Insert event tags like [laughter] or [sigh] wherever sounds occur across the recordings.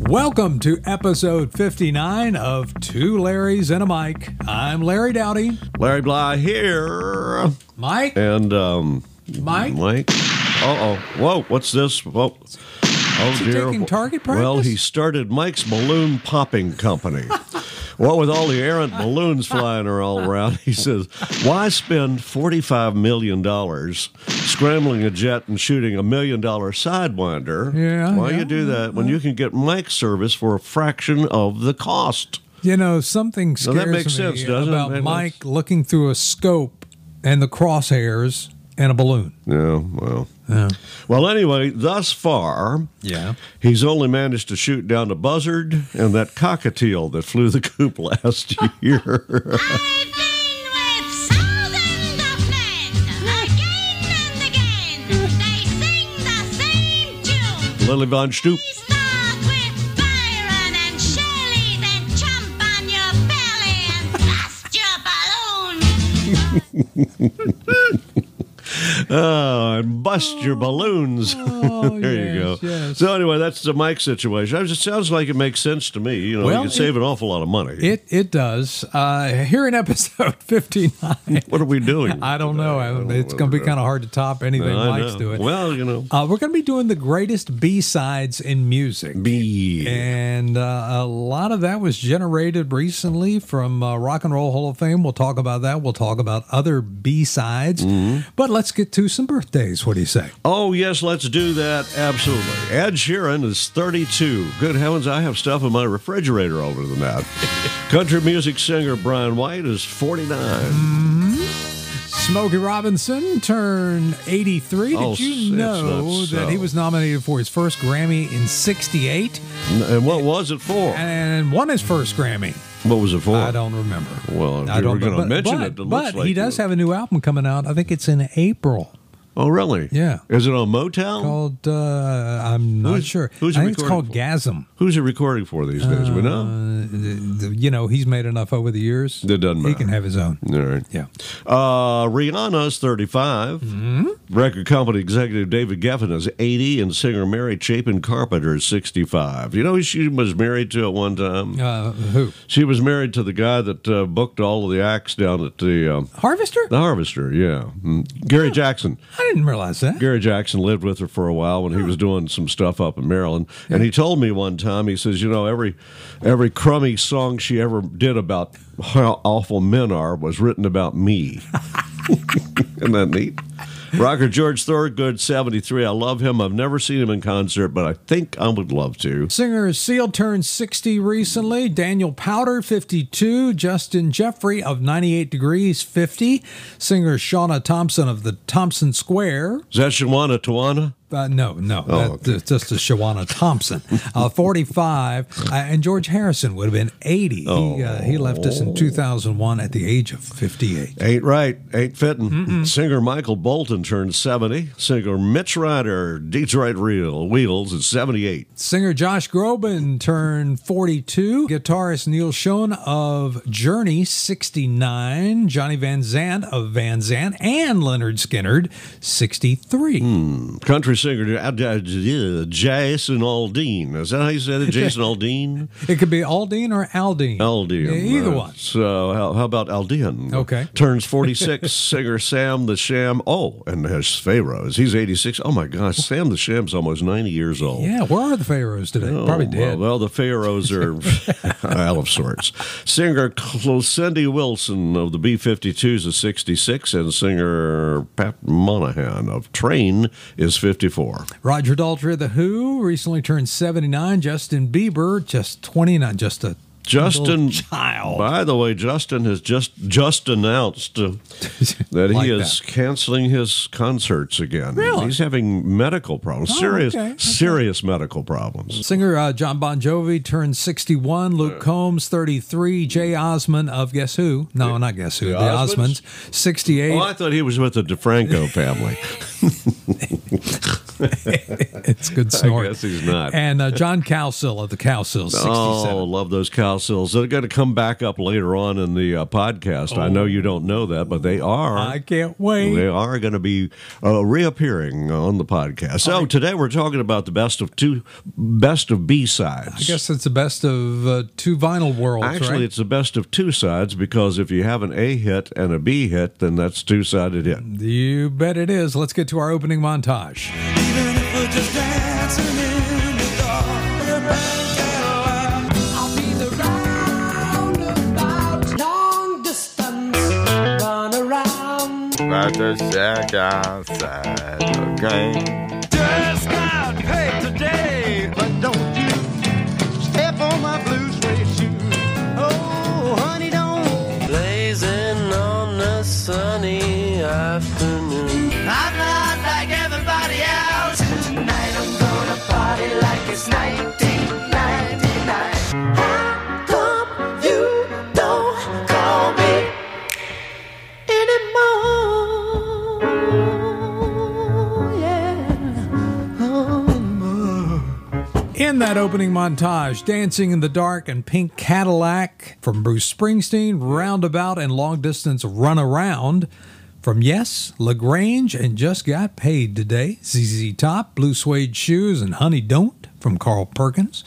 Welcome to episode 59 of Two Larrys and a Mike. I'm Larry Dowdy. Larry Bly here. Mike, And, um, Mike, Mike. Uh oh. Whoa, what's this? Whoa. Oh, he dear. taking target practice? Well, he started Mike's Balloon Popping [laughs] Company. What with all the errant balloons flying are all around, he says, why spend $45 million scrambling a jet and shooting a million dollar sidewinder? Yeah, Why yeah, you do that when you can get Mike's service for a fraction of the cost? you know, something Well, scares that makes me sense, doesn't it? about That makes- Mike looking through a scope and the crosshairs and a balloon. Yeah, well. Well, anyway, thus far, Yeah. He's only managed to shoot down a buzzard and that cockatiel that flew the [laughs] coop last year. I've been with thousands of men again and again. They sing the same tune. Lily Von Stoop. We start with Byron and Shelley, then jump on your belly and thrust your balloon. Oh, and bust your balloons. Oh, [laughs] there you go. yes, yes. So anyway, that's the Mike situation. It just sounds like it makes sense to me. You know, Well, you could save an awful lot of money. It it does. Uh, here in episode [laughs] 59, what are we [laughs] doing? I don't know. It's going to be kind of hard to top anything I Mike's know. doing. Well, you know, Uh, we're going to be doing the greatest B sides in music. B. And uh, a lot of that was generated recently from uh, Rock and Roll Hall of Fame. We'll talk about that. We'll talk about other B sides. Mm-hmm. But let's get to some birthdays. What do you say? Oh, yes, let's do that. Absolutely. Ed Sheeran is 32. Good heavens, I have stuff in my refrigerator older [laughs] than that. Country music singer Brian White is 49. Smokey Robinson turned 83. Did Oh, it's you not know so. that he was nominated for his first Grammy in 68 And what was it for? and won his first Grammy? What was it for? I don't remember. Well, if I you don't were gonna but- mention but- it, it but looks he like does you- have a new album coming out. I think it's in April. Oh, really? Yeah. Is it on Motown? called uh, I'm not Who's- sure. who's I he think it's called recording Gasm. Who's it recording for these days? We know. Uh, you know, he's made enough over the years. That doesn't He matter. can have his own. All right. Yeah. Uh, Rihanna's 35. Record company executive David Geffen is 80, and singer Mary Chapin Carpenter is 65. You know who she was married to at one time? Uh, who? She was married to the guy that uh, booked all of the acts down at the uh, Harvester? the Harvester. Yeah, Mm. Gary Jackson. I didn't realize that. Gary Jackson lived with her for a while when he was doing some stuff up in Maryland, and he told me one time he says, you know, every every crummy song she ever did about how awful men are was written about me. [laughs] Isn't that neat? Rocker George Thorogood, seventy three. I love him. I've never seen him in concert, but I think I would love to. Singer Seal turned 60 recently. Daniel Powder, 52. Justin Jeffrey of 98 Degrees, 50. Singer Shauna Thompson of the Thompson Square. Is that Shawana Tawana? Uh, no, no. that's okay. just a Shawana Thompson, [laughs] uh, 45. Uh, and George Harrison would have been 80. He, uh, he left us in 2001 at the age of 58. Ain't right, ain't fitting. Singer Michael Bolton turned 70. Singer Mitch Ryder, Detroit Real Wheels, is 78. Singer Josh Groban turned 42. Guitarist Neil Schoen of Journey, 69. Johnny Van Zant of Van Zant and Leonard Skinnard, 63. Hmm. Country singer uh, uh, yeah, Jason Aldean. Is that how you said [laughs] it? Jason Aldean? It could be Aldine or Aldine. Aldean. Yeah, either right. one. So, how, how about Aldean? Okay. [laughs] Turns 46. singer Sam the Sham. Oh, and there's Pharaohs. He's 86. Oh, my gosh. Sam the Sham's almost 90 years old. Yeah, where are the Pharaohs today? Oh, Probably well, dead. Well, the Pharaohs [laughs] are out of sorts. Singer Cindy Wilson of the B 52s is 66, and singer Pat Monahan of Train is 54. Roger Daltrey, of The Who, recently turned 79. Justin Bieber, just 29, just a Justin little child. By the way, Justin has just just announced uh, [laughs] that Like he is canceling his concerts again. Really? He's having medical problems, Oh, serious okay, okay. serious medical problems. Singer uh, John Bon Jovi turned 61. Luke Combs, 33. Jay Osmond of Guess Who? No, not Guess Who. The, Osmonds? Osmonds, 68. Oh, I thought he was with the DeFranco family. [laughs] it's a good snort. guess he's not. And uh, John Cowsill of the Cowsill 67. Oh, love those cow sills. They're going to come back up later on in the uh, podcast. I know you don't know that, but they are. Oh. I can't wait. They are going to be uh, reappearing on the podcast. So today we're talking about the best of two, best of B sides. I guess it's the best of uh, two vinyl worlds, Actually, right? it's the best of two sides because if you have an A hit and a B hit, then that's two sided hit. You bet it is. Let's get to our opening montage. Even if we're just dancing in the dark, we're back alive. I'll be the roundabout, long distance, run around. About to check outside, okay? Just got paid today, but don't you step on my blue suede shoe. Oh, honey, don't. Blazing on a sunny afternoon. I'm not like everybody else. Tonight I'm gonna party like it's 1999. How come you don't call me anymore? Yeah. Oh, In that opening montage, Dancing in the Dark and Pink Cadillac from Bruce Springsteen, Roundabout and Long Distance Run Around from Yes, LaGrange, and Just Got Paid Today, ZZ Top, Blue Suede Shoes, and Honey Don't from Carl Perkins,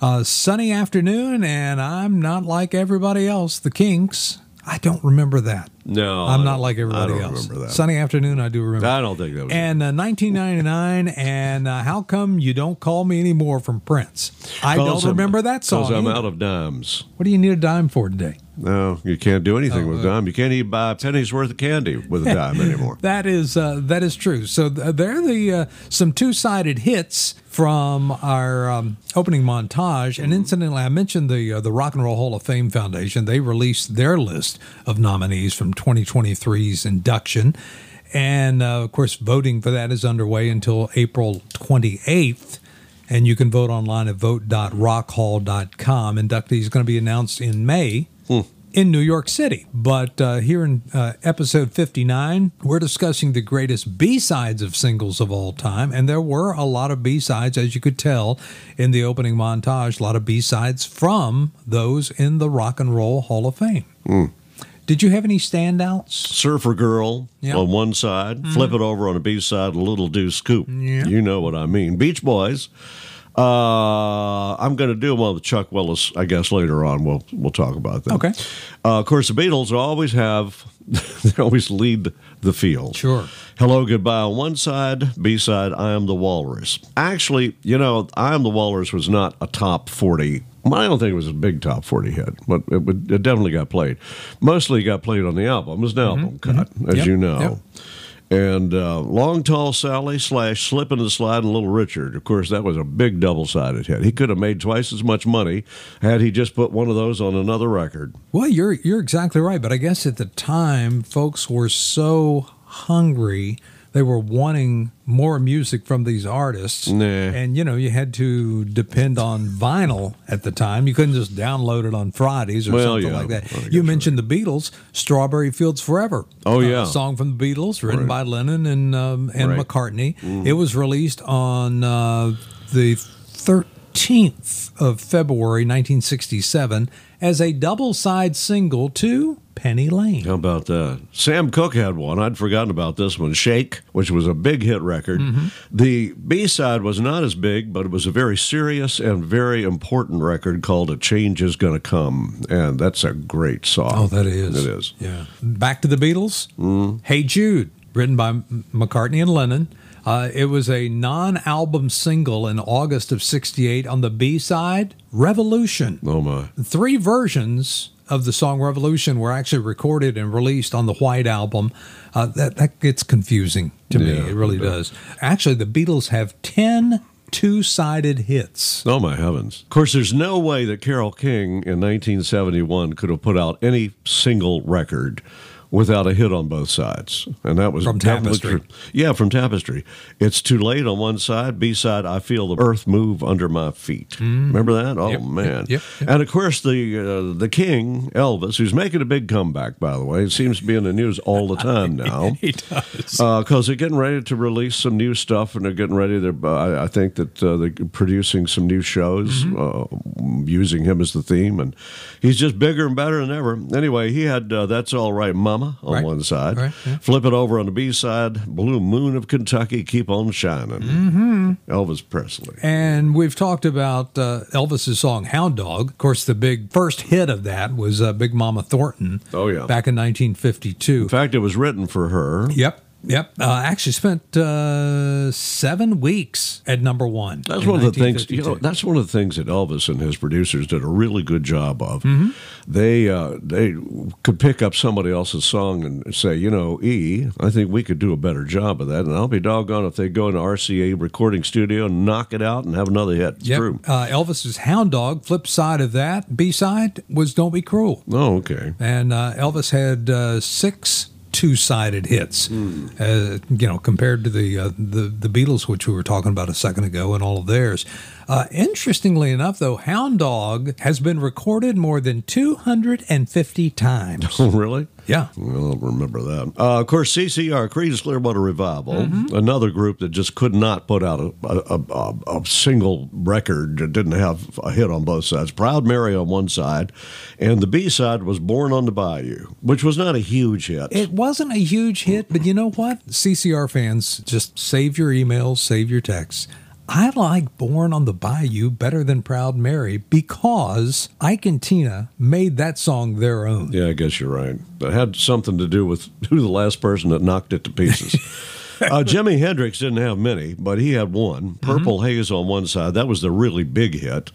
uh, Sunny Afternoon, and I'm Not Like Everybody Else, The Kinks. I don't remember that. No, I I'm not don't- like everybody I don't else. remember that. Sunny afternoon, I do remember. I don't think that was it. And uh, 1999, and uh, how come you don't call me anymore from Prince? I don't remember that song. Because I'm either. out of dimes. What do you need a dime for today? No, you can't do Oh, anything with a uh, dime. You can't even buy a penny's worth of candy [laughs] with a dime anymore. That is uh, that is true. So th- there are the uh, some two sided hits from our um, opening montage. And incidentally, I mentioned the uh, the Rock and Roll Hall of Fame Foundation. They released their list of nominees from 2023's induction, and uh, of course, voting for that is underway until April 28th. And you can vote online at vote.rockhall.com. Inductee is going to be announced in May in New York City. But uh, here in uh, episode 59, we're discussing the greatest B sides of singles of all time. And there were a lot of B sides, as you could tell in the opening montage, a lot of B sides from those in the Rock and Roll Hall of Fame. Did you have any standouts? Surfer Girl Yeah. Mm-hmm. on one side, flip it over on a B side, a little do scoop. You know what I mean. Beach Boys. Uh, I'm going to do one with Chuck Willis, I guess, later on. We'll we'll talk about that. Okay. Uh, of course, the Beatles always have, [laughs] they always lead the field. Sure. Hello, goodbye on one side, B side, I am the walrus. Actually, you know, I am the walrus was not a top 40. I don't think it was a big top 40 hit, but it, would- it definitely got played. Mostly got played on the album. It was an album cut, as Mm-hmm. Yep, you know. yep. And uh, Long Tall Sally slash Slippin' and Slide and Little Richard. Of course, that was a big double sided hit. He could have made twice as much money had he just put one of those on another record. Well, you're you're exactly right, but I guess at the time folks were so hungry, they were wanting more music from these artists. Nah. And you know, you had to depend on vinyl at the time. You couldn't just download it on Fridays or Well, something yeah. like I that. think you that's mentioned the Beatles, Strawberry Fields Forever. Uh, Oh, yeah. song from the Beatles written Right. by Lennon and um, and Right. McCartney. It was released on uh, the 13th of February 1967 as a double-side single to Penny Lane. How about that? Sam Cooke had one. I'd forgotten about this one, Shake, which was a big hit record. Mm-hmm. The B side was not as big, but it was a very serious and very important record called A Change Is Gonna Come. And that's a great song. Oh, that is. It is. Yeah. Back to the Beatles. Hey Jude, written by M- McCartney and Lennon. Uh, it was a non album single in August of 68 on the B side, Revolution. Oh, my. Three versions of the song Revolution were actually recorded and released on the White Album. Uh, that, that gets confusing to me. Yeah, It really it does. Actually, the Beatles have 10 two sided [laughs] hits. Oh, my heavens. Of course, there's no way that Carol King in 1971 could have put out any single record without a hit on both sides. And that was From that was Tapestry. true. yeah, from Tapestry. It's too late on one side. B side, I feel the earth move under my feet. Remember that? Oh Hmm. Yep, yep, man. yep, yep. And of course the uh, the king Elvis, who's making a big comeback by the way, it seems to be in the news all [laughs] the time now. He does. because Uh, they're getting ready to release some new stuff, and they're getting ready. They're, uh, I- I think that uh, they're producing some new shows Mm-hmm. uh, using him as the theme, and he's just bigger and better than ever. Anyway, he had uh, "That's All Right, Mama" on Right. one side. Right, yeah. Flip it over on the B side, "Blue Moon of Kentucky, Keep on Shining," mm-hmm. Elvis Presley. And we've talked about uh, Elvis's song Hound Dog. Of course, the big first hit of that was uh, Big Mama Thornton. Oh, yeah. Back in 1952. In fact, it was written for her. Yep. Yep. Uh, actually spent uh, seven weeks at number one. That's in one of the things. You know, 1952. that's one of the things that Elvis and his producers did a really good job of. They uh, they could pick up somebody else's song and say, you know, E, I think we could do a better job of that. And I'll be doggone if they go into RCA recording studio and knock it out and have another hit. It's Yep. true. Uh, Elvis's Hound Dog, flip side of that, B side was Don't Be Cruel. Oh, okay. [laughs] And uh, Elvis had uh, six two sided hits, uh, you know, compared to the, uh, the, the Beatles, which we were talking about a second ago, and all of theirs. Uh, interestingly enough, though, Hound Dog has been recorded more than 250 [laughs] times. Oh, really? yeah. Well, I'll remember that. Uh, of course, CCR, Creedence Clearwater Revival, another group that just could not put out a, a, a, a- a single record that didn't have a hit on both sides. Proud Mary on one side, and the B side was Born on the Bayou, which was not a huge hit. It wasn't a huge hit, but you know what? CCR fans, just save your emails, save your texts. I like Born on the Bayou better than Proud Mary because Ike and Tina made that song their own. yeah, I guess you're right. It had something to do with [laughs] who the last person that knocked it [laughs] to pieces. uh, Jimi Hendrix didn't have many, but he had Mm-hmm. one. Purple Haze on one side. That was the really big hit.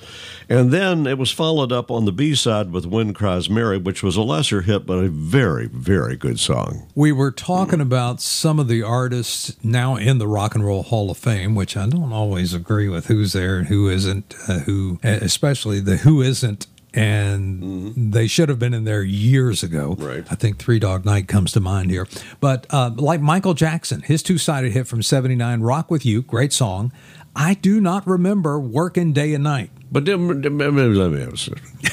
And then it was followed up on the B side with When Cries Mary, which was a lesser hit, but a very, very good song. We were Mm-hmm. talking about some of the artists now in the Rock and Roll Hall of Fame, which I don't always agree with who's there and who isn't, uh, who, especially the who isn't. And they should have been in there years ago. Mm-hmm. Right. I think Three Dog Night comes to mind here. But uh, like Michael Jackson, his two sided hit from 79, Rock With You, great song. I do not remember working day and night. But then, then- let me- let me have a sip. [laughs]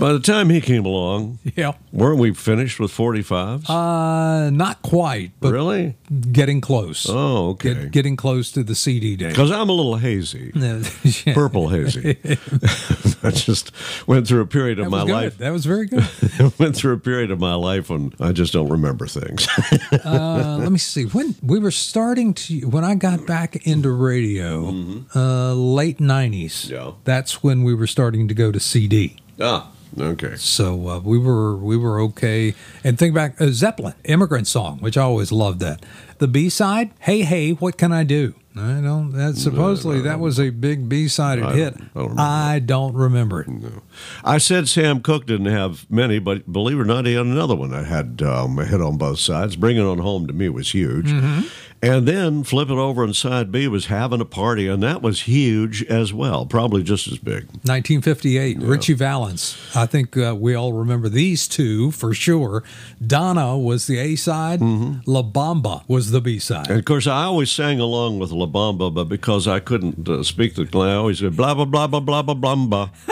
By the time he came along, Yeah. weren't we finished with 45s? Uh, not quite, but really? getting close. Oh, okay. Get, getting close to the CD day. Because I'm a little hazy. [laughs] Yeah. [laughs] purple hazy. I just went through a period of That my was good. life. That was very [laughs] good. went through a period of my life when I just don't remember things. [laughs] Uh, let me see. When we were starting to, when I got back into radio, uh, late nineties. Mm-hmm. Yeah. That's when we were starting to go to CD. ah, okay. So uh, we were we were okay. And think back, uh, Zeppelin, "Immigrant Song," which I always loved that. The B side, "Hey Hey, What Can I Do?" I don't. That supposedly that was a big B sided Mm, I hit. don't- I don't remember I don't remember it. I said Sam Cooke didn't have many, but believe it or not, he had another one that had um, a hit on both sides. Bringing on home to me was huge. Mm-hmm. And then flip it over on side B was having a party, and that was huge as well, probably just as big. 1958, Richie Valens. I think uh, we all remember these two for sure. Donna was the A side, Mm-hmm. La Bamba was the B And side. of course, I always sang along with La Bamba, but because I couldn't uh, speak the, I always said blah blah blah blah blah blah blah blah. [laughs]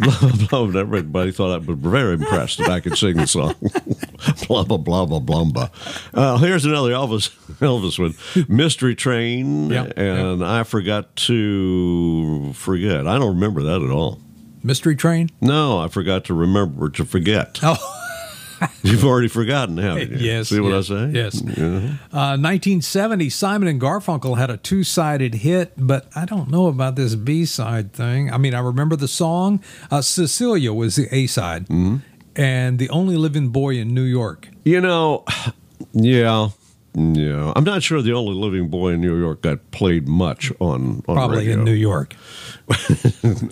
blah, blah, blah. And Everybody thought I was very impressed that I could sing the song. [laughs] blah blah blah blah blah. blah. Uh, here's another Elvis [laughs] Elvis one, Mystery Train, Yeah, and I forgot to forget. I don't remember that at all. Mystery Train? No, I forgot to remember to forget. Oh, [laughs] You've already forgotten, haven't you? [laughs] yes. See what yes, I say? Yes. Uh, 1970, Simon and Garfunkel had a two sided hit, but I don't know about this B side thing. I mean, I remember the song. Uh, Cecilia was the A side, Mm-hmm. and The Only Living Boy in New York. You know, [sighs] yeah, Yeah, I'm not sure the only living boy in New York got played much on, on Probably radio. in New York.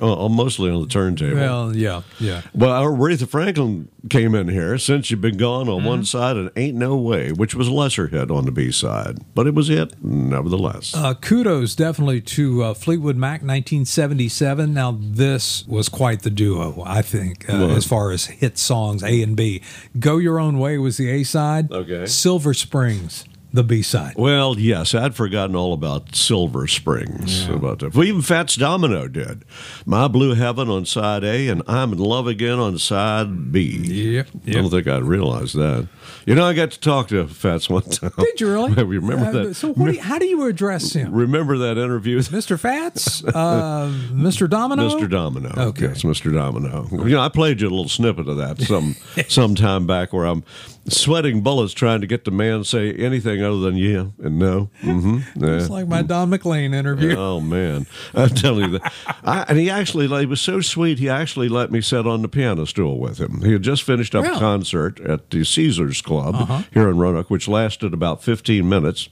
Uh, mostly on the turntable. Well, yeah, yeah. Well, Aretha Franklin came in here since you've been gone on Mm-hmm. one side and Ain't No Way, which was a lesser hit on the B side, but it was a hit nevertheless. Uh, kudos definitely to uh, Fleetwood Mac, 1977. Now this was quite the duo, I think, uh, Was. as far as hit songs A and B. Go Your Own Way was the A side. Okay. Silver Springs, the B side. well, yes, I'd forgotten all about Silver Springs. About that. Well, even Fats Domino did. My Blue Heaven on side A and I'm in Love Again on side B. Yep, I don't think I'd realize that. You know, I got to talk to Fats one time. Did you [laughs] really? you remember Uh, that? So what do you, how do you address him? remember that interview? Mr. [laughs] Fats? Uh, Mr. Domino? Mr. Domino. Okay. Yes, Mr. Domino. You know, I played you a little snippet of [laughs] that some some time back where I'm sweating bullets trying to get the man to say anything other than yeah and no. Mm-hmm. It's like my Don McLean interview. [laughs] Oh man, I'm telling you that. I, and he actually, like, he was so sweet. He actually let me sit on the piano stool with him. He had just finished up Really? Uh-huh. a concert at the Caesars Club here in Roanoke, which lasted about 15 minutes.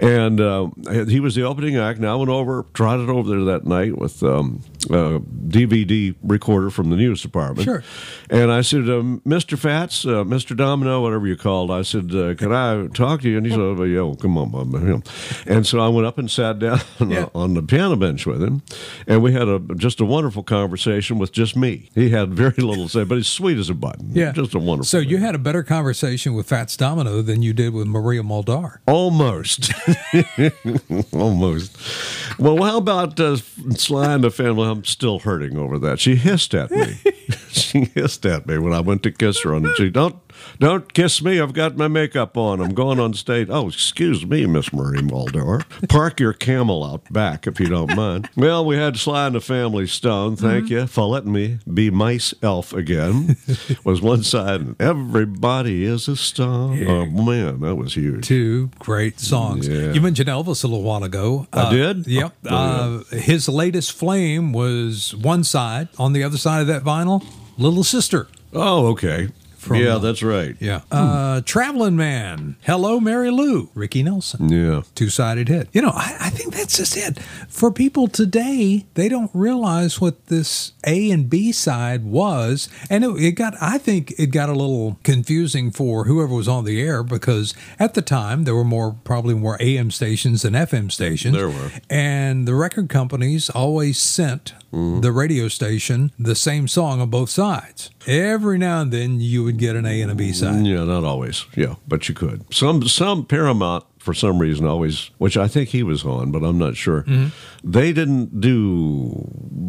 And uh, he was the opening act. And I went over, trotted over there that night with um, a DVD recorder from the news department. Sure. And I said, um, Mr. Fats, uh, Mr. Domino, whatever you called, I said, uh, can I talk to you? And he said, oh, yo, come on, Bob. you know. And so I went up and sat down [laughs] Yeah. on the piano bench with him. And we had a just a wonderful conversation with just me. He had very little to say, but he's sweet as a button. Yeah. Just a wonderful. So you man. had a better conversation with Fats Domino than you did with Maria Muldaur. Almost. [laughs] Almost. Well, how about uh, Sly and the Family? I'm still hurting over that. She hissed at me. she hissed at me when I went to kiss her on the cheek. Don't, don't kiss me. I've got my makeup on. I'm going on stage. Oh, excuse me, Miss Marie Muldaur. Park your camel out back if you don't mind. Well, we had Sly and the Family Stone. Thank you for letting me be mice elf again. was one side, and everybody is a stone. Oh, man, that was huge. Two great songs. Yeah. You mentioned Elvis a little while ago. I did? Yep. Oh, Uh, his latest flame was one side. On the other side of that vinyl, Little Sister. Oh, okay. From- yeah, that's right. Yeah. Uh, Traveling Man. Hello, Mary Lou. Ricky Nelson. Yeah. Two sided hit. You know, I, I think that's just it. For people today, they don't realize what this A and B side was. And it, it got, I think it got a little confusing for whoever was on the air because at the time there were more, probably more AM stations than FM stations. There were. And the record companies always sent Mm-hmm. the radio station the same song on both sides. Every now and then you would get an A and a B side. Yeah, not always. Yeah, but you could. Some some Paramount for some reason always, which I think he was on, but I'm not sure. Mm-hmm. They didn't do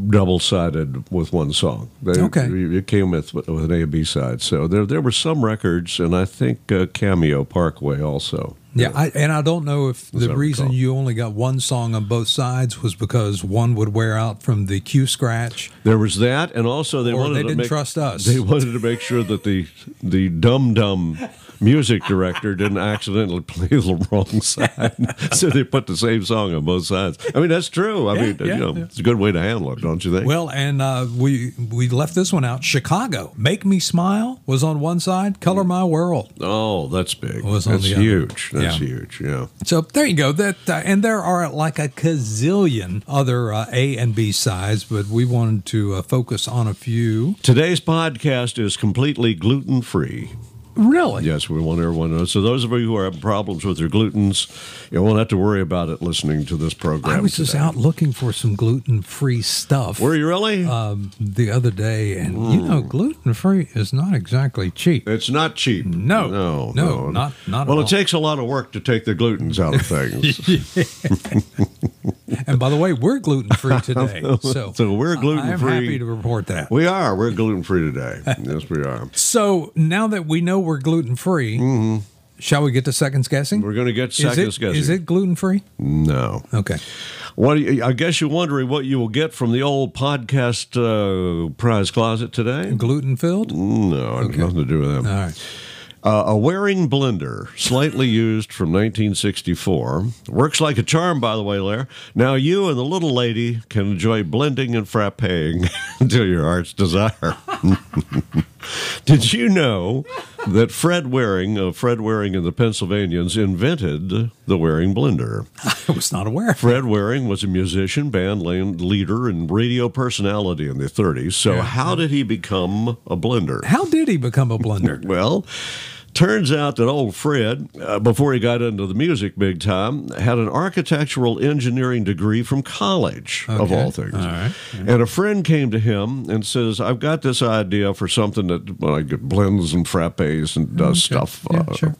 double sided with one song. They, Okay. it came with with an A and B side. So there there were some records, and I think uh, Cameo Parkway also. Yeah, I, and I don't know if As I the reason recall. you only got one song on both sides was because one would wear out from the Q scratch. There was that, and also they Or wanted they to didn't make, trust us. They wanted to make sure that the the dum dum music director didn't accidentally play the wrong side, [laughs] so they put the same song on both sides. I mean, that's true. I Yeah, mean, yeah, you know, yeah. it's a good way to handle it, don't you think? Well, and uh, we we left this one out. Chicago, "Make Me Smile" was on one side. "Color My World." oh, that's big. Was on that's the other. huge. That's Yeah. huge. Yeah. So there you go. That uh, and there are like a gazillion other uh, A and B sides, but we wanted to uh, focus on a few. Today's podcast is completely gluten free. Really? Yes, we want everyone to know. So those of you who are having problems with your glutens, you won't have to worry about it listening to this program. I was just today. out Uh, looking for some gluten free stuff. Were you really? the other day, and you know, Mm. gluten free is not exactly cheap. It's not cheap. No. no, No, not- not at Well, all. it takes a lot of work to take the gluten's out [laughs] of things. And by the way, we're gluten [laughs] free today, so So we're I- gluten-free. I'm happy to report that. we are. We're gluten free [laughs] today. yes, we are. So now that we know we're gluten free, shall we get to seconds guessing? Mm-hmm. We're going to get is seconds it, guessing. Is it gluten free? No. Okay. What do you, I guess you're wondering what you will get from the old podcast uh, prize closet today. Gluten filled? Mm. No, it has nothing to do with that. All right. Uh, a wearing blender, slightly used from 1964. Works like a [laughs] charm, by the way, Lair. Now you and the little lady can enjoy blending and frappeing. to your heart's desire. [laughs] Did you know that Fred Waring of Fred Waring and the Pennsylvanians invented the Waring blender? I was not aware of Fred Waring was a musician, band land- leader, and radio personality in the 30s. So, how did he become a blender? How did he become a [laughs] blender? Well, turns out that old Fred, uh, before he got into the music big time, had an architectural engineering degree from college, of Okay. all things. All right. And a friend came to him and says, I've got this idea for something that well, like blends and frappes and does stuff. Mm, uh, Yeah, sure.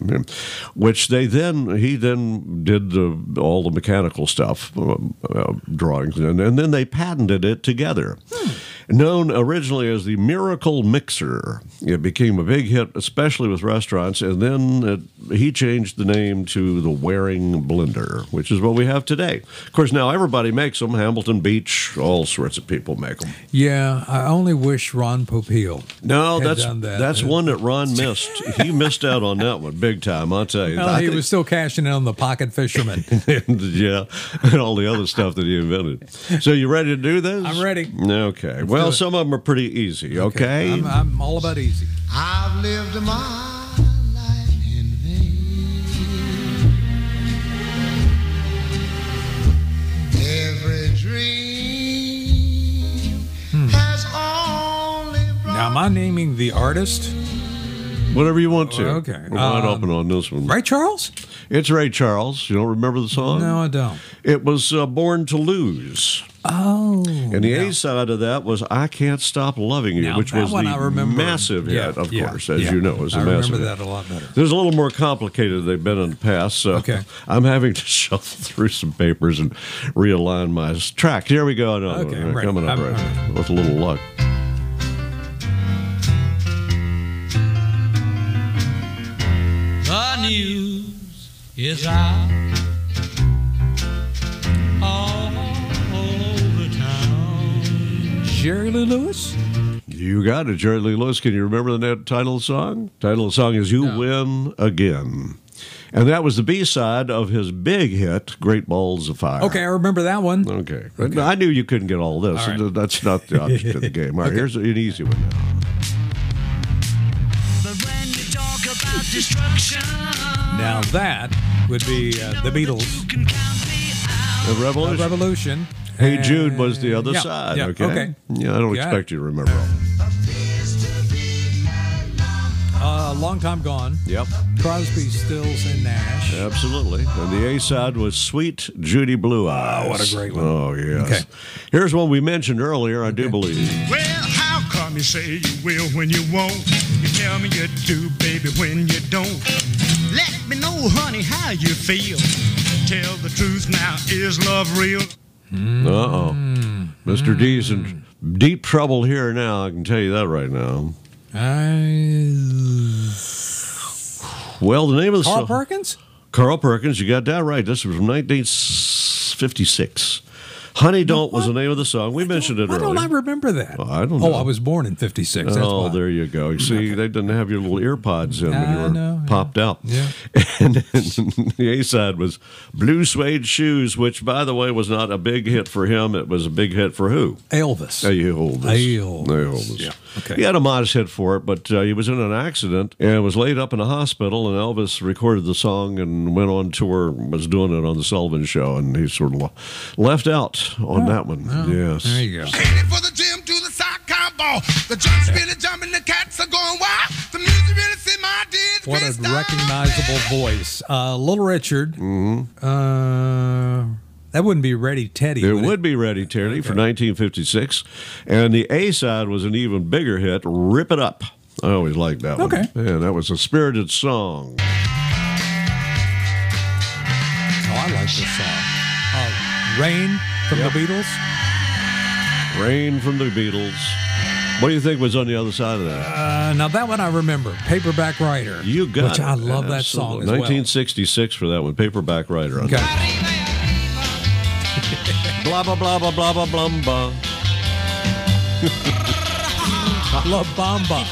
Which they then, he then did the, all the mechanical stuff, uh, uh, drawings, and, and then they patented it together. Hmm. Known originally as the Miracle Mixer, it became a big hit, especially with restaurants, and then it, he changed the name to the Waring Blender, which is what we have today. Of course, now everybody makes them. Hamilton Beach, all sorts of people make them. Yeah, I only wish Ron Popeil. No, had that's done that. that's one that [laughs] Ron missed. he missed out on that one big time. I'll tell you. Well, I Oh, he think- was still cashing in on the pocket fisherman. and, yeah, and all the other stuff that he invented. So you ready to do this? I'm ready. Okay. well, do it. some of them are pretty easy. [laughs] Okay. I'm, uh, I'm all about easy. I've lived my life in vain. Every dream has only brought Now, am I naming the artist? Whatever you want to. Okay. We're wide Um, open on this one. Right, Charles? It's Ray Charles. You don't remember the song? No, I don't. It was uh, Born to Lose. Oh. And the A side of that was "I Can't Stop Loving You," Now, which that was the one I remember. massive Yeah, hit, of yeah, course, as yeah. you know, it was a I massive. remember hit. that a lot better. There's a little more complicated than they've been in the past. So Okay. [laughs] I'm having to shuffle through some papers and realign my s- track. Here we go. Another Okay, one. right. Coming up I'm- right I'm- with a little luck. The news is out all over town. Jerry Lee Lewis? You got it, Jerry Lee Lewis. Can you remember the net- title of the song? Title of the song is You Win Again. And that was the B side of his big hit, Great Balls of Fire. Okay, I remember that one. Okay. I knew you couldn't get all this. All right. That's not the [laughs] option to the game. All right, here's an easy one now. But when you talk about destruction, Now, that would be uh, The Beatles. you can count me out. The Revolution. Revolution. Hey Jude was the other Yeah, side. yeah, okay. okay. Yeah, I don't Got expect it. you to remember. All. Uh, long time gone. Yep. Crosby, Stills, and Nash. Absolutely. And the A side was Sweet Judy Blue Eyes. Ah, what a great one. Oh, yes. Okay. Here's one we mentioned earlier, I do believe. Well, how come you say you will when you won't? You tell me you do, baby, when you don't. Let me know, honey, how you feel. Tell the truth now, is love real? Mm. Uh oh. Mr. D's in deep trouble here now, I can tell you that right now. I- Well, the name of the Carl song- Perkins? Carl Perkins, you got that right. This was from 1956. Honey Don't was the name of the song. We mentioned it Why earlier. don't I remember that? I don't Oh, know. I was born in 56. That's oh, why. there you go. You see, they didn't have your little ear pods in when you I were know, yeah. popped out. Yeah. [laughs] And then the A side was Blue Suede Shoes, which, by the way, was not a big hit for him. It was a big hit for who? Elvis. Elvis. Elvis. Elvis. Yeah, okay. He had a modest hit for it, but uh, he was in an accident and was laid up in a hospital. And Elvis recorded the song and went on tour, was doing it on the Sullivan Show, and he sort of le- left out on that one. yes. Oh, There you go. Headed for the gym to the sock ball. The jump's really jumping, the cats are going wild. The music really set my digs. What a recognizable voice. Uh, Little Richard. Uh, that wouldn't be Ready Teddy. Mm-hmm. It would would be Ready Terry for 1956. And the A side was an even bigger hit, Rip It Up. I always liked that Okay. one. Yeah, that was a spirited song. Oh, I like this song. Uh, Rain from the Beatles. Rain from the Beatles. What do you think was on the other side of that? Uh, now, that one I remember. Paperback Writer. You got Which I it. love that song as Absolutely. well. 1966 for that one, Paperback Writer. On Okay. Blah, blah, blah, blah, blah, blah, blah, blah. La Bamba.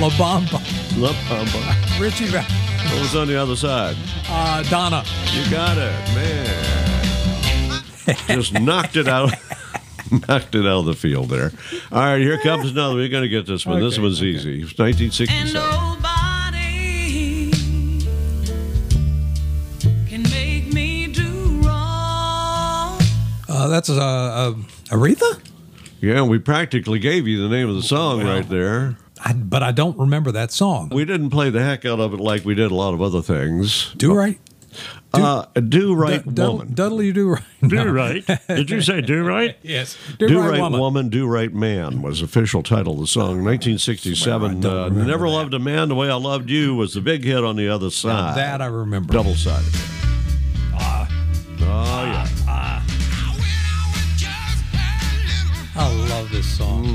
La Bamba. Blah, blah, blah. Richie Val. What was on the other side? Uh, Donna. You got it, man. Just knocked it out. [laughs] knocked it out of the field there. All right, here comes another. We're going to get this one. this Okay, one's okay. easy. It's 1967. Nobody can make me do wrong. Uh, that's uh, uh, Aretha? Yeah, we practically gave you the name of the song right there. I, but I don't remember that song. We didn't play the heck out of it like we did a lot of other things. Do right. uh, do right Dud- woman. Dudley Do Right. [laughs] Do right. Did you say do right? Yes. Do, Do, right, Right woman. Woman. do right man was the official title of the song. 1967. Uh, Never loved a man the way I loved you was the big hit on the other side. that I remember. Double sided. oh Ah. yeah. I love this song.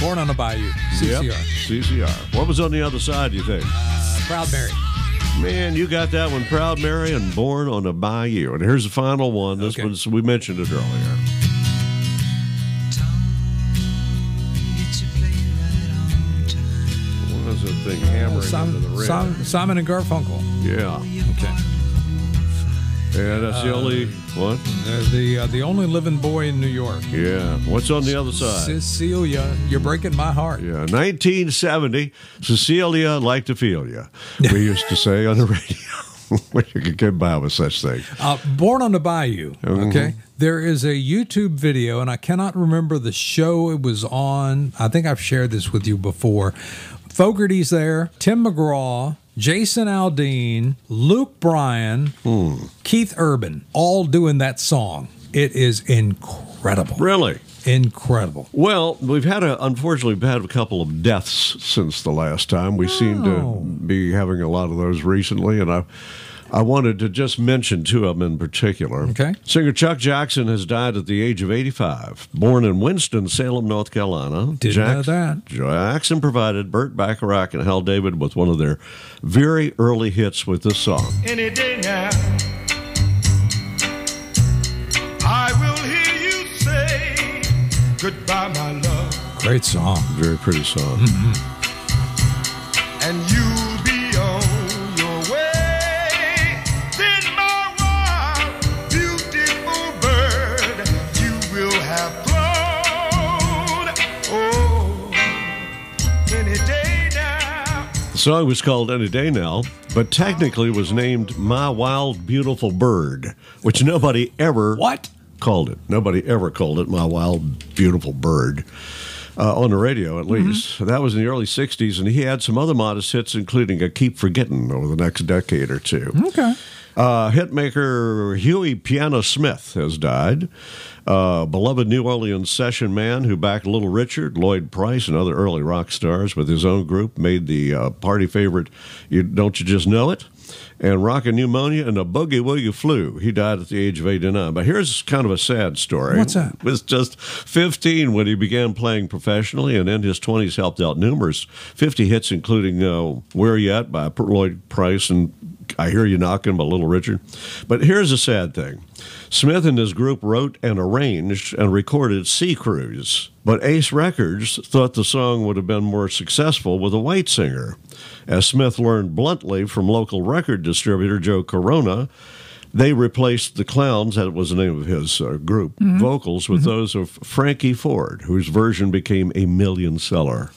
Born on a Bayou, CCR. Yep, CCR. What was on the other side? You think? Uh, Proud Mary. Man, you got that one. Proud Mary and Born on a Bayou. And here's the final one. This one's we mentioned it earlier. What is that thing hammering into the rim? Simon, Simon and Garfunkel. Yeah. Okay. Yeah, that's the Uh, only what? Uh, the uh, the only living boy in New York. Yeah. What's on the other side? Cecilia, you're breaking my heart. Yeah, 1970, Cecilia liked to feel you. We used to say on the radio, [laughs] when you could get by with such things. Uh, Born on the Bayou. Mhm. Okay. There is a YouTube video, and I cannot remember the show it was on. I think I've shared this with you before. Fogarty's there, Tim McGraw, Jason Aldean, Luke Bryan, Hmm. Keith Urban, all doing that song. It is incredible. Really? Incredible. Well, we've had a unfortunately we've had a couple of deaths since the last time. We seem Oh. to be having a lot of those recently, and I I wanted to just mention two of them in particular. Okay. Singer Chuck Jackson has died at the age of 85. Born in Winston Salem, North Carolina, Didn't know that. Jackson provided Burt Bacharach and Hal David with one of their very early hits with this song. Any day now, I will hear you say goodbye, my love, Great song. Very pretty song. and you'll be on your way. Then, my wild, beautiful bird, you will have flown. Oh, any day now. The song was called Any Day Now, but technically was named My Wild Beautiful Bird, which nobody ever what called it. Nobody ever called it My Wild Beautiful Bird uh, on the radio, at Mm-hmm. least. That was in the early '60s, and he had some other modest hits, including a Keep Forgetting over the next decade or two. Okay. Uh, hitmaker Huey Piano Smith has died. Uh, beloved New Orleans session man who backed Little Richard, Lloyd Price, and other early rock stars with his own group, made the uh, party favorite you, Don't You Just Know It? And Rockin' Pneumonia and a Boogie Woogie Flu. He died at the age of 89. But here's kind of a sad story. What's that? [laughs] Was just 15 when he began playing professionally, and in his 20s helped out numerous 50 hits, including uh, "Where You At" by Lloyd Price and "I Hear You Knocking" by Little Richard. But here's a sad thing: Smith and his group wrote and arranged and recorded "Sea Cruise," but Ace Records thought the song would have been more successful with a white singer. As Smith learned bluntly from local record distributor Joe Corona, they replaced the clowns that was the name of his uh, group vocals with those of frankie ford whose version became a million seller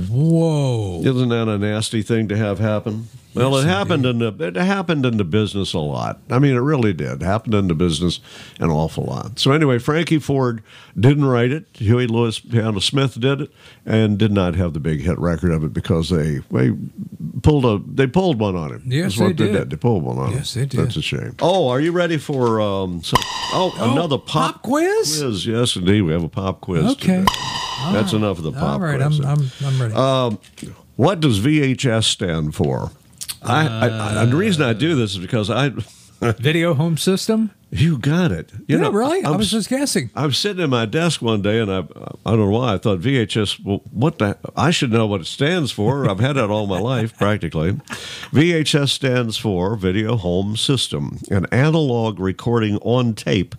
Whoa. isn't that a nasty thing to have happen well Yes, it happened in the it happened in the business a lot i mean it really did happened in the business an awful lot so anyway frankie ford didn't write it huey lewis piano smith did it and did not have the big hit record of it because they they pulled a they pulled one on him Yes, That's what they they did. did they pulled one on him Yes, they did. that's a shame Oh, are you ready for um? Some, oh, another pop, pop quiz? quiz. Yes, indeed, we have a pop quiz. Okay. Ah, today. that's enough of the All pop right, quiz. I'm, I'm, I'm ready. um, what does VHS stand for? I, I, I the reason I do this is because I Video home system? you got it. You yeah, know, really? i I'm was just guessing. I was sitting at my desk one day, and I I don't know why I thought VHS. Well, what the? I should know what it stands for. I've had that all my life practically. VHS stands for Video Home System, an analog recording on tape.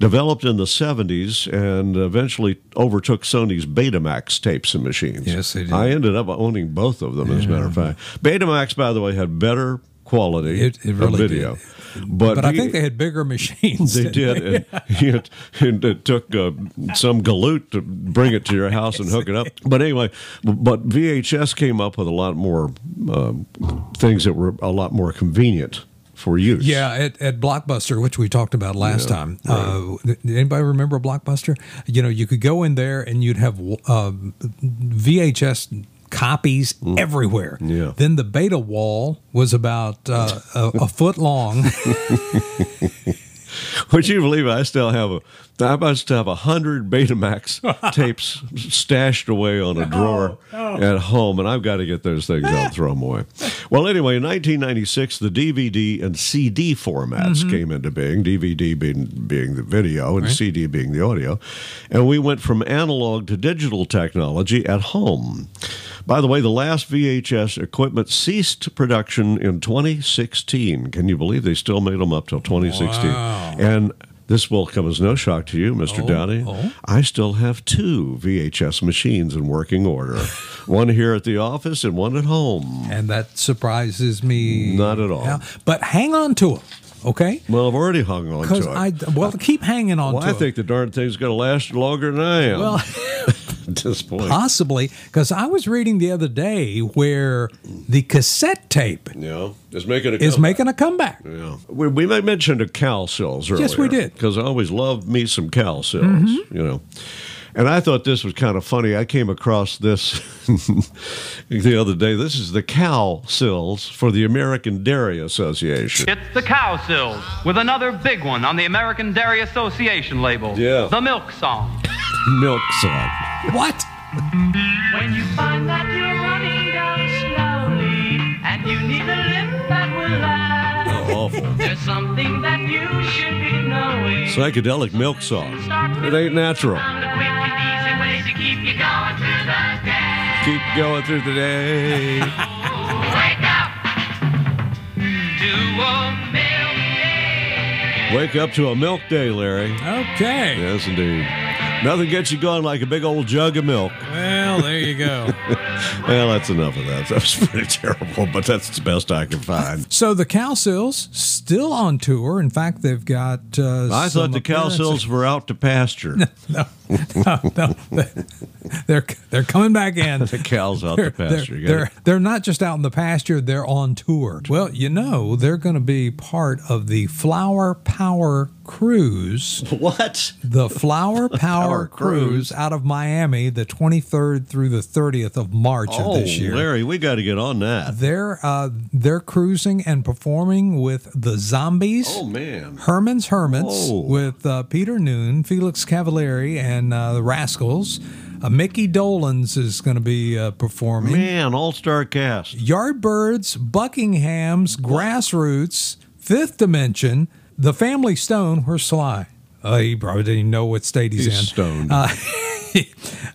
Developed in the 70s and eventually overtook Sony's Betamax tapes and machines. Yes, they did. I ended up owning both of them, as a matter of fact. Betamax, by the way, had better quality It- it of really video. did. But, But I he- think they had bigger [laughs] machines. they didn't did, and, it, and it took uh, some galoot to bring it to your house and hook it up. But anyway, but VHS came up with a lot more um, things that were a lot more convenient for use. Yeah, at, at Blockbuster, which we talked about last Yeah, time. Uh, th- anybody remember Blockbuster? You know, you could go in there and you'd have uh, VHS copies everywhere. Mm. Yeah. Then the beta wall was about uh, a, a foot [laughs] long. Would you believe I still have a? I must have a hundred Betamax tapes stashed away on a drawer at home, and I've got to get those things out, and throw them away. Well, anyway, in 1996, the DVD and CD formats came into being. DVD being being the video, and CD being the audio, and we went from analog to digital technology at home. By the way, the last VHS equipment ceased production in 2016. Can you believe they still made them up till 2016? And this will come as no shock to you, Oh, Mr. Downey. I still have two VHS machines in [laughs] working order one here at the office and one at home. and that surprises me. Not at all. Yeah, But hang on to them, okay? Well, I've already hung on to Because it. I, [laughs] well, keep hanging on well, to I 'em. [laughs] think the darn thing's going to last longer than I am Well, at this point. possibly. Because I was reading the other day where the cassette tape yeah, it's making a is comeback. making a comeback. Yeah. We, we may mentioned a cow sills earlier. Yes, we did. Mm-hmm. Because I always loved me some cow sills, you know. And I thought this was kind of funny. I came across this [laughs] the other day. This is the cow sills for the American Dairy Association. It's the cow sills with another big one on the American Dairy Association label. Yeah. The milk song. Milk song. What? When you find that you're running down slowly and you need a lift that will last, Oh, Awful. there's something that you should be knowing. Psychedelic milk song. It ain't natural. Found a quick and easy way to keep you going through the day. Keep going through the day. Wake up to a milk day. Wake up to a milk day, Larry. Okay. Yes, indeed. Nothing gets you going like a big old jug of milk. Well, there you go. Well, that's enough of that. [laughs] That was pretty terrible, but that's the best I can find. [laughs] so the Cow Sills still on tour. In fact, they've got. Uh, I some thought the cow appearances. sills were out to pasture. [laughs] They're they're coming back [laughs] in. the cows out They're, to they're, pasture. You got they're, it? they're not just out in the pasture, they're on tour. Well, you know, they're going to be part of the Flower Power Cruise. [laughs] What? [laughs] The Flower Power Power Cruise. Cruise out of Miami, the 23rd through the 30th of March Oh, of this year. Larry, we got to get on that. They're uh, they're cruising and performing with the Zombies. Oh man. Herman's Hermits Whoa. with uh, Peter Noon, Felix Cavallari, and uh, the Rascals. Uh, Mickey Dolans is going to be uh, performing. Man, all star cast. Yardbirds, Buckingham's, Grassroots, Fifth Dimension, The Family Stone. Where's Sly? Uh, he probably didn't even know what state he's, He's in. stoned.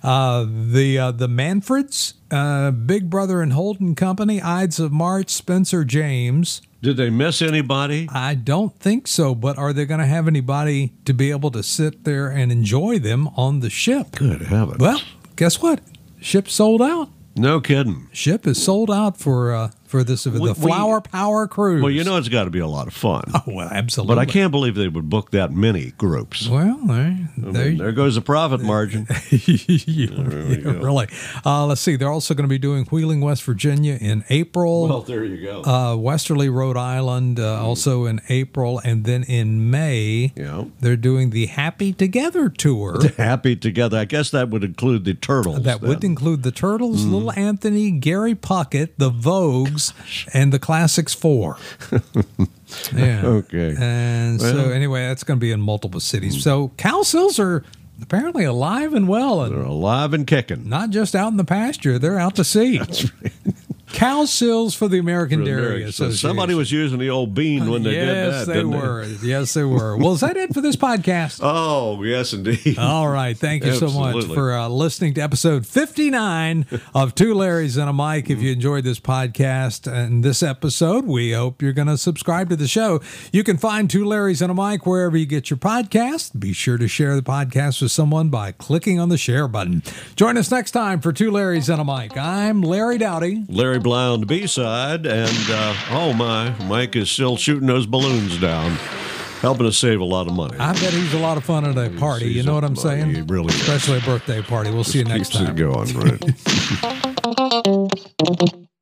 Uh, the uh, the Manfreds, uh, Big Brother and Holden Company, Ides of March, Spencer James. Did they miss anybody? I don't think so, but are they going to have anybody to be able to sit there and enjoy them on the ship? Good heavens. Well, guess what? Ship sold out. no kidding. Ship is sold out for uh, for this event. We- the Flower Power Cruise. Well, you know it's got to be a lot of fun. [laughs] Oh, well, absolutely. But I can't believe they would book that many groups. Well, there, there you [laughs] There goes the profit margin. yeah, really. Uh, let's see. They're also going to be doing Wheeling, West Virginia in April. Well, there you go. uh, Westerly, Rhode Island, uh, also in April, and then in May, Yeah. they're doing the Happy Together [laughs] tour. Happy together. I guess that would include the turtles. That then. would include the Turtles, Hmm. Little Anthony, Gary Puckett, the Vogues, and the Classics [laughs] Four. yeah. Okay. And so, Well- anyway, that's going to be in multiple cities. So, cow sills are apparently alive and well, and They're alive and kicking. not just out in the pasture; they're out to [laughs] sea. Cow sills for the American Dairy Very- so Association. somebody was using the old bean when they did that. yes, they didn't were. Yes, they were. Well, is that it [laughs] for this podcast? Oh, yes, indeed. All right. Thank you so much Absolutely. for uh, listening to episode 59 of Two Larrys and a Mike. If you enjoyed this podcast and this episode, we hope you're going to subscribe to the show. You can find Two Larrys and a Mike wherever you get your podcast. Be sure to share the podcast with someone by clicking on the share button. Join us next time for Two Larrys and a Mike. I'm Larry Dowdy. Larry Barry Blount B side. And uh, oh my, Mike is still shooting those balloons down, helping us save a lot of money. I bet he's a lot of fun at a party. You know what I'm saying? He really is. Especially a birthday party. We'll see you next Keeps it time. going, right? Thank you.